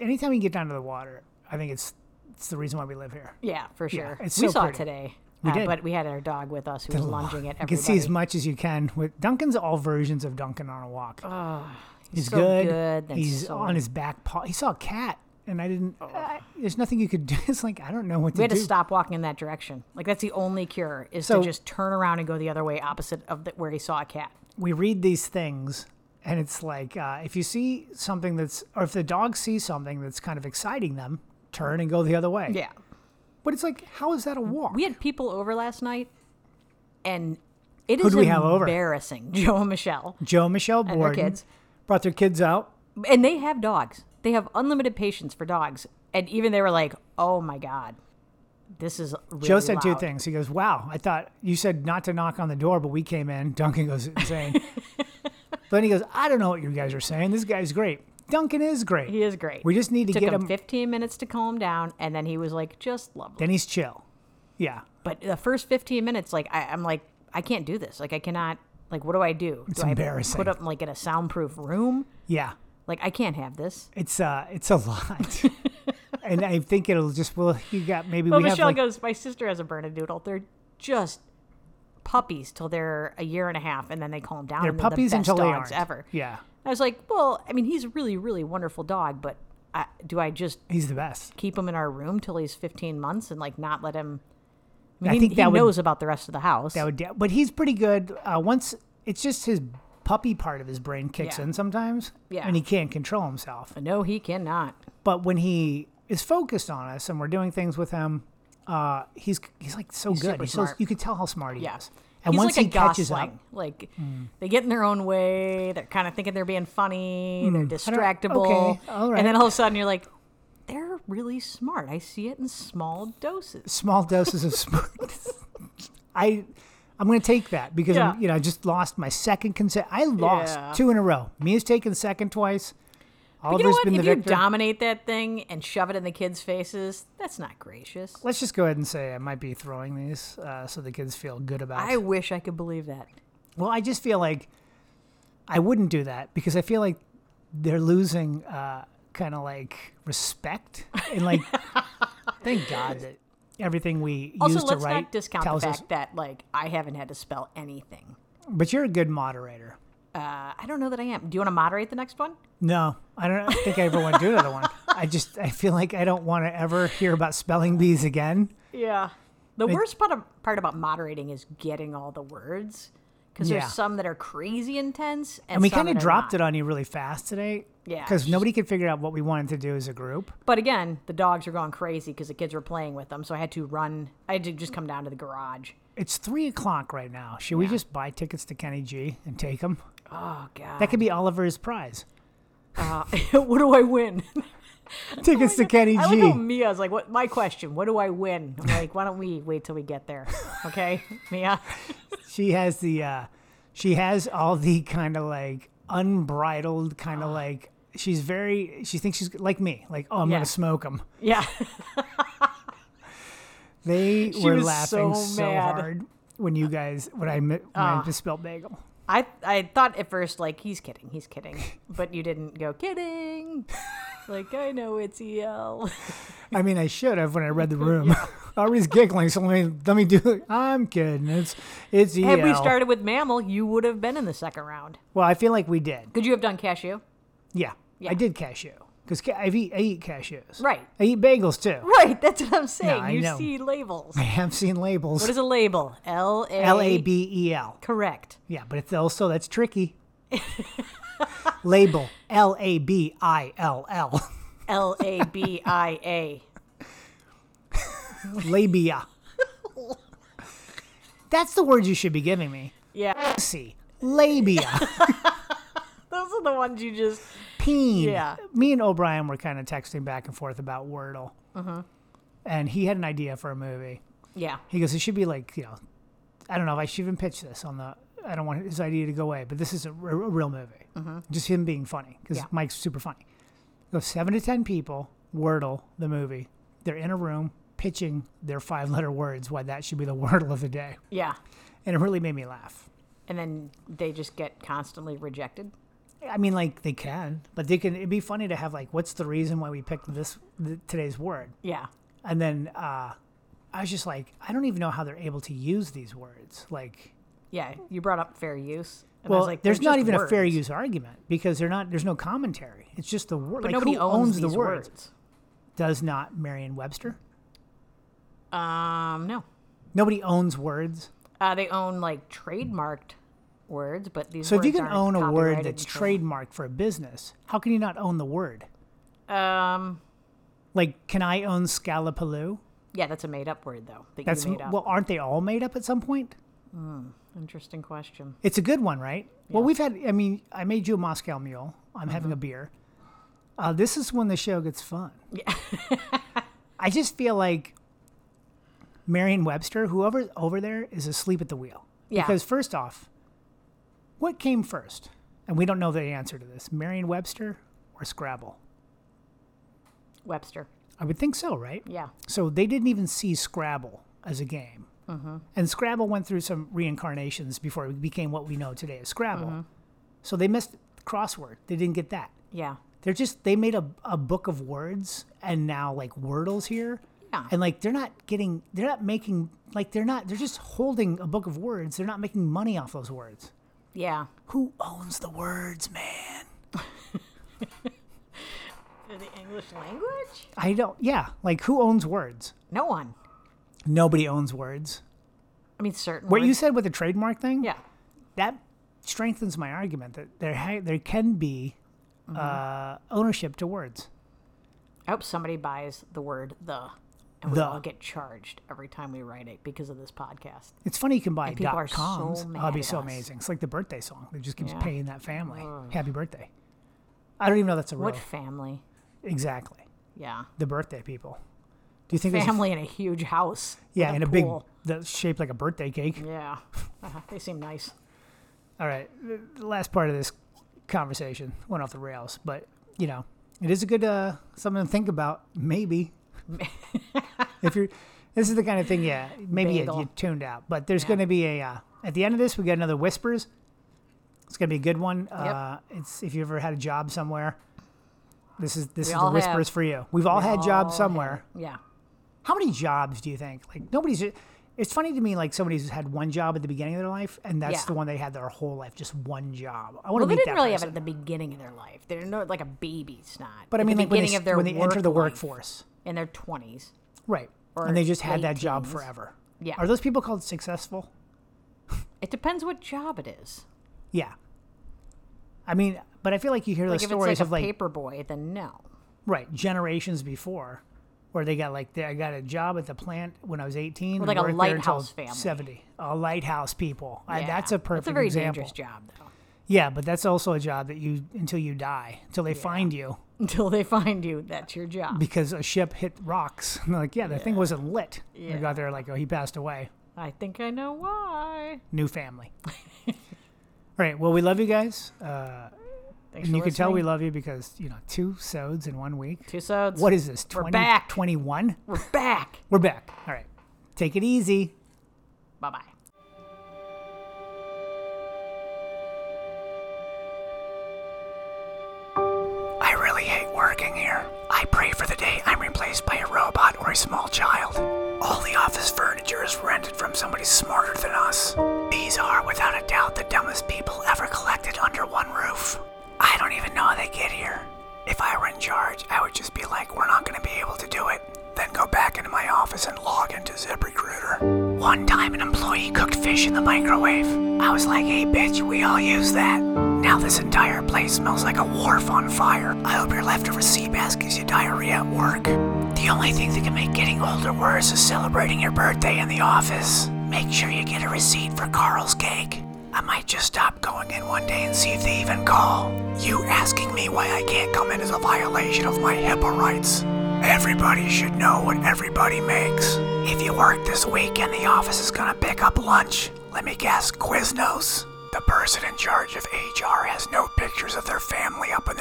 A: anytime you get down to the water, I think it's it's the reason why we live here.
D: Yeah, for sure.
A: Yeah, it's
D: we
A: so
D: saw
A: pretty.
D: it today.
A: We
D: uh,
A: did.
D: But we had our dog with us who was lunging at
A: You
D: everybody.
A: can see as much as you can with Duncan's all versions of Duncan on a walk. he's
D: so
A: good.
D: good, then
A: He's
D: so-
A: on his back paw. He saw a cat, and I didn't. I- there's nothing you could do. It's like I don't know what
D: we
A: to
D: had
A: do.
D: to stop walking in that direction. Like that's the only cure is
A: So-
D: to just turn around and go the other way, opposite of the, where he saw a cat.
A: We read these things, and it's like uh, if you see something that's, or if the dog sees something that's kind of exciting them, turn and go the other way.
D: Yeah.
A: But it's like, how is that a walk?
D: We had people over last night, and it is
A: Who do we have over?
D: embarrassing. Joe and Michelle
A: Joe and Michelle
D: and their
A: Borden
D: kids,
A: brought their kids out.
D: and they have dogs. They have unlimited patience for dogs, and even they were like, "Oh my god, this is." Really
A: Joe said two
D: loud."
A: things. He goes, "Wow, I thought you said not to knock on the door, but we came in." Duncan goes insane. then he goes, "I don't know what you guys are saying. This guy's great. Duncan is great.
D: He is great.
A: We just need to
D: took
A: get
D: him
A: him-
D: 15 minutes to calm down, and then he was like, "Just lovely."
A: Then he's chill. Yeah,
D: but the first 15 minutes like I, i'm like i can't do this like i cannot like what do i do it's do
A: embarrassing.
D: I put up like in a soundproof room
A: yeah.
D: like i can't have this
A: It's uh, it's a lot." And I think it'll just well, you got maybe
D: well
A: we have
D: michelle
A: like,
D: goes my sister has a bernedoodle they're just puppies till they're a year and a half and then they calm down
A: they're
D: and
A: puppies
D: the best
A: until they
D: dogs
A: aren't
D: ever
A: Yeah,
D: i was like well i mean he's a really really wonderful dog but I, do i just
A: he's the best.
D: keep him in our room till he's 15 months and like not let him I, mean,
A: I
D: he,
A: think
D: he
A: that would-
D: knows about the rest of the house
A: That would, but he's pretty good. Uh, once it's just his puppy part of his brain kicks
D: Yeah.
A: in sometimes,
D: Yeah.
A: and he can't control himself.
D: no he cannot
A: But when he is focused on us and we're doing things with him, uh, he's he's like so good.
D: super
A: He's so,
D: smart.
A: you can tell how smart he
D: Yeah.
A: is. And
D: He's
A: once
D: like
A: he
D: a
A: catches
D: gosling.
A: up, hmm.
D: Like they get in their own way. They're kind of thinking they're being funny.
A: Hmm.
D: They're distractible.
A: okay, all
D: And
A: right.
D: then all of a sudden you're like, they're really smart. I see it in small doses.
A: small doses of smartness. I I'm going to take that because I'm,
D: Yeah.
A: you know I just lost my second consent. I lost
D: Yeah.
A: two in a row. Mia's taken second twice.
D: But
A: Oliver's
D: you know what?
A: been
D: If you
A: the victor.
D: dominate that thing and shove it in the kids' faces, that's not gracious.
A: Let's just go ahead and say I might be throwing these uh, so the kids feel good about.
D: I wish I could believe that.
A: Well, I just feel like I wouldn't do that because I feel like they're losing uh, kind of like respect and like thank God that everything we
D: Also,
A: used to
D: let's
A: write
D: not discount the
A: tells
D: fact
A: us.
D: that like I haven't had to spell anything.
A: But you're a good moderator.
D: Uh, I don't know that I am. Do you want to moderate the next one?
A: No, I don't think I ever want to do another one. I just I feel like I don't want to ever hear about spelling bees again.
D: Yeah. The worst part, of, part about moderating is getting all the words because
A: Yeah.
D: there's some that are crazy intense, and,
A: And we
D: some
A: kind of
D: that are
A: dropped it
D: not.
A: on you really fast today.
D: Yeah.
A: Because nobody could figure out what we wanted to do as a group.
D: But again, the dogs are going crazy because the kids were playing with them, so I had to run. I had to just come down to the garage.
A: It's three o'clock right now. Should we just buy tickets to Kenny G and take them?
D: Oh God!
A: That could be Oliver's prize.
D: Uh, what do I win?
A: Tickets to Kenny
D: Oh I like how
A: G.
D: Mia's like, "What?" My question: What do I win? I'm like, "Why don't we wait till we get there?" Okay, Mia.
A: She has the uh she has all the kind of like unbridled kind of like she's very she thinks she's like me, like oh I'm
D: Yeah.
A: going to smoke them.
D: Yeah,
A: They
D: She
A: were
D: was
A: laughing so,
D: so mad. Ah.
A: hard when you guys when I mi- when I misspelled bagel.
D: I I thought at first like he's kidding, he's kidding, but you didn't go kidding. like I know it's E el.
A: I mean, I should have when I read the room. I was giggling, so let me let me do it. I'm kidding. It's it's EL.
D: Had we started with mammal, you would have been in the second round.
A: Well, I feel like we did.
D: Could you have done cashew?
A: Yeah,
D: Yeah.
A: I did cashew because ca- I eat I eat cashews.
D: Right.
A: I eat bagels too.
D: Right, that's what I'm saying.
A: I
D: you
A: know.
D: see labels.
A: I have seen labels.
D: What is a label? L A
A: L A B E L.
D: Correct.
A: Yeah, but it's also that's tricky. Label L A B I L L.
D: L A B I A.
A: Labia. That's the word you should be giving me.
D: Yeah,
A: See, labia,
D: those are the ones you just.
A: peen.
D: Yeah.
A: Me and O'Brien were kind of texting back and forth about Wordle,
D: Uh-huh.
A: and he had an idea for a movie.
D: Yeah,
A: He goes, it should be like, you know, I don't know if I should even pitch this on the, I don't want his idea to go away, but this is a, r- a real movie. Just him being funny because
D: Yeah.
A: Mike's super funny. Go seven to 10 people, Wordle, the movie. They're in a room pitching their five letter words, why that should be the Wordle of the day.
D: yeah.
A: And it really made me laugh.
D: And then they just get constantly rejected.
A: I mean, like they can, but they can, it'd be funny to have like, what's the reason why we picked this, th- today's word?
D: Yeah.
A: And then uh, I was just like, I don't even know how they're able to use these words. Like,
D: Yeah, you brought up fair use. And I
A: Well,
D: was like,
A: there's
D: they're
A: not
D: just
A: even a fair
D: words.
A: use argument because they're not. There's no commentary. It's just the word.
D: But
A: like,
D: nobody
A: who owns, the
D: these
A: words?
D: words.
A: Does not Merriam-Webster.
D: Um, no.
A: Nobody owns words.
D: Uh, they own like trademarked words, but these.
A: So if you
D: words
A: can own
D: aren't
A: a word
D: copyrighted
A: that's
D: and so-
A: trademarked for a business, how can you not own the word?
D: Um,
A: Like, can I own Scalapaloo?
D: yeah, that's a made-up word though. That
A: That's
D: you made up.
A: well, aren't they all made up at some point?
D: Interesting question.
A: It's a good one, right? Well, we've had. I mean, I made you a Moscow Mule. I'm having a beer. Uh, this is when the show gets fun. I just feel like Marion Webster, whoever's over there, is asleep at the wheel.
D: Yeah.
A: Because first off, what came first? And we don't know the answer to this: Marion Webster or Scrabble.
D: Webster.
A: I would think so, right?
D: Yeah.
A: So they didn't even see Scrabble as a game. And Scrabble went through some reincarnations before it became what we know today as Scrabble. So they missed crossword. They didn't get that.
D: Yeah.
A: They're just they made a, a book of words and now like Wordle's here.
D: Yeah.
A: And like they're not getting they're not making like they're not they're just holding a book of words. They're not making money off those words.
D: Yeah.
A: Who owns the words, man?
D: The English language?
A: I don't yeah, like who owns words?
D: No one.
A: Nobody owns words.
D: I mean, certain.
A: What you
D: words-
A: said with the trademark thing?
D: Yeah.
A: that strengthens my argument that there ha- there can be
D: Mm-hmm.
A: uh, ownership to words.
D: I hope somebody buys the word the, and we
A: The.
D: all get charged every time we write it because of this podcast.
A: It's funny you can buy
D: people are
A: dot
D: so
A: coms. Oh,
D: mad
A: That'd be
D: at
A: so
D: us.
A: amazing. It's like the birthday song that just keeps
D: Yeah.
A: paying that family happy birthday. I don't even know that's a real
D: What family?
A: exactly
D: Yeah.
A: the birthday people. Do you think there's a-
D: Family in a huge house. with
A: yeah,
D: a
A: in a big
D: pool.
A: that's shaped like a birthday cake.
D: Yeah. Uh-huh. They seem nice.
A: All right, the the last part of this conversation went off the rails, but you know, it is a good uh, something to think about. Maybe if you're, this is the kind of thing. Yeah, maybe you,
D: Bagel.
A: you tuned out, but there's going to be a uh, at the end of this. We got another whispers. It's going to be a good one. Uh, it's if you ever had a job somewhere. This is this is
D: We
A: the
D: all
A: whispers
D: have.
A: for you. We've all had
D: Oh,
A: jobs somewhere.
D: Yeah.
A: How many jobs do you think? Like nobody's. It's funny to me, like somebody's had one job at the beginning of their life, and that's
D: Yeah.
A: the one they had their whole life, just one job. I want
D: Well,
A: to
D: they
A: meet
D: didn't
A: that
D: really
A: person.
D: have it at the beginning of their life. They're no, like a baby, it's not.
A: but I
D: At
A: mean,
D: the
A: like when
D: beginning
A: they,
D: of their
A: when they enter the
D: work life,
A: workforce,
D: in their twenties.
A: right?
D: Or
A: and they just had
D: late
A: that job
D: teens.
A: forever.
D: Yeah.
A: Are those people called successful?
D: It depends what job it is.
A: Yeah. I mean, but I feel like you hear
D: Like
A: those
D: if
A: stories
D: it's
A: of
D: like
A: like
D: a paper boy, then no.
A: right generations before, where they got like they, I got a job at the plant when I was eighteen,
D: Well,
A: and
D: like a
A: worked there until
D: lighthouse family.
A: seventy. A lighthouse people. I-
D: Yeah.
A: Uh, that's a perfect
D: That's a very
A: example.
D: dangerous job, though.
A: Yeah, but that's also a job that you until you die, until they find you
D: Until they find you, that's your job.
A: because a ship hit rocks. And they're like, yeah, that thing wasn't lit. They got there like, oh, he passed away.
D: I think I know why.
A: New family. All right. Well, we love you guys, uh,
D: Thanks
A: and
D: for
A: you can tell we
D: listening.
A: love you because you know two sods in one week.
D: two sods.
A: What is this?
D: We're
A: 20,
D: back.
A: 21?
D: We're back.
A: We're back. All right. Take it easy.
D: Bye bye.
A: I really hate working here. I pray for the day I'm replaced by a robot or a small child. All the office furniture is rented from somebody smarter than us. These are, without a doubt, the dumbest people ever collected under one roof. I don't even know how they get here. If I were in charge, I would just be like, we're not going to be able to do it. Then go back into my office and log into ZipRecruiter. One time, an employee cooked fish in the microwave. I was like, hey, bitch, we all use that. Now this entire place smells like a wharf on fire. I hope your leftover sea bass gives you diarrhea at work. The only thing that can make getting older worse is celebrating your birthday in the office. Make sure you get a receipt for Carl's cake. I might just stop going in one day and see if they even call. You asking me why I can't come in is a violation of my HIPAA rights. Everybody should know what everybody makes. If you work this weekend, the office is gonna pick up lunch. Let me guess, Quiznos? The person in charge of HR has no pictures of their family up in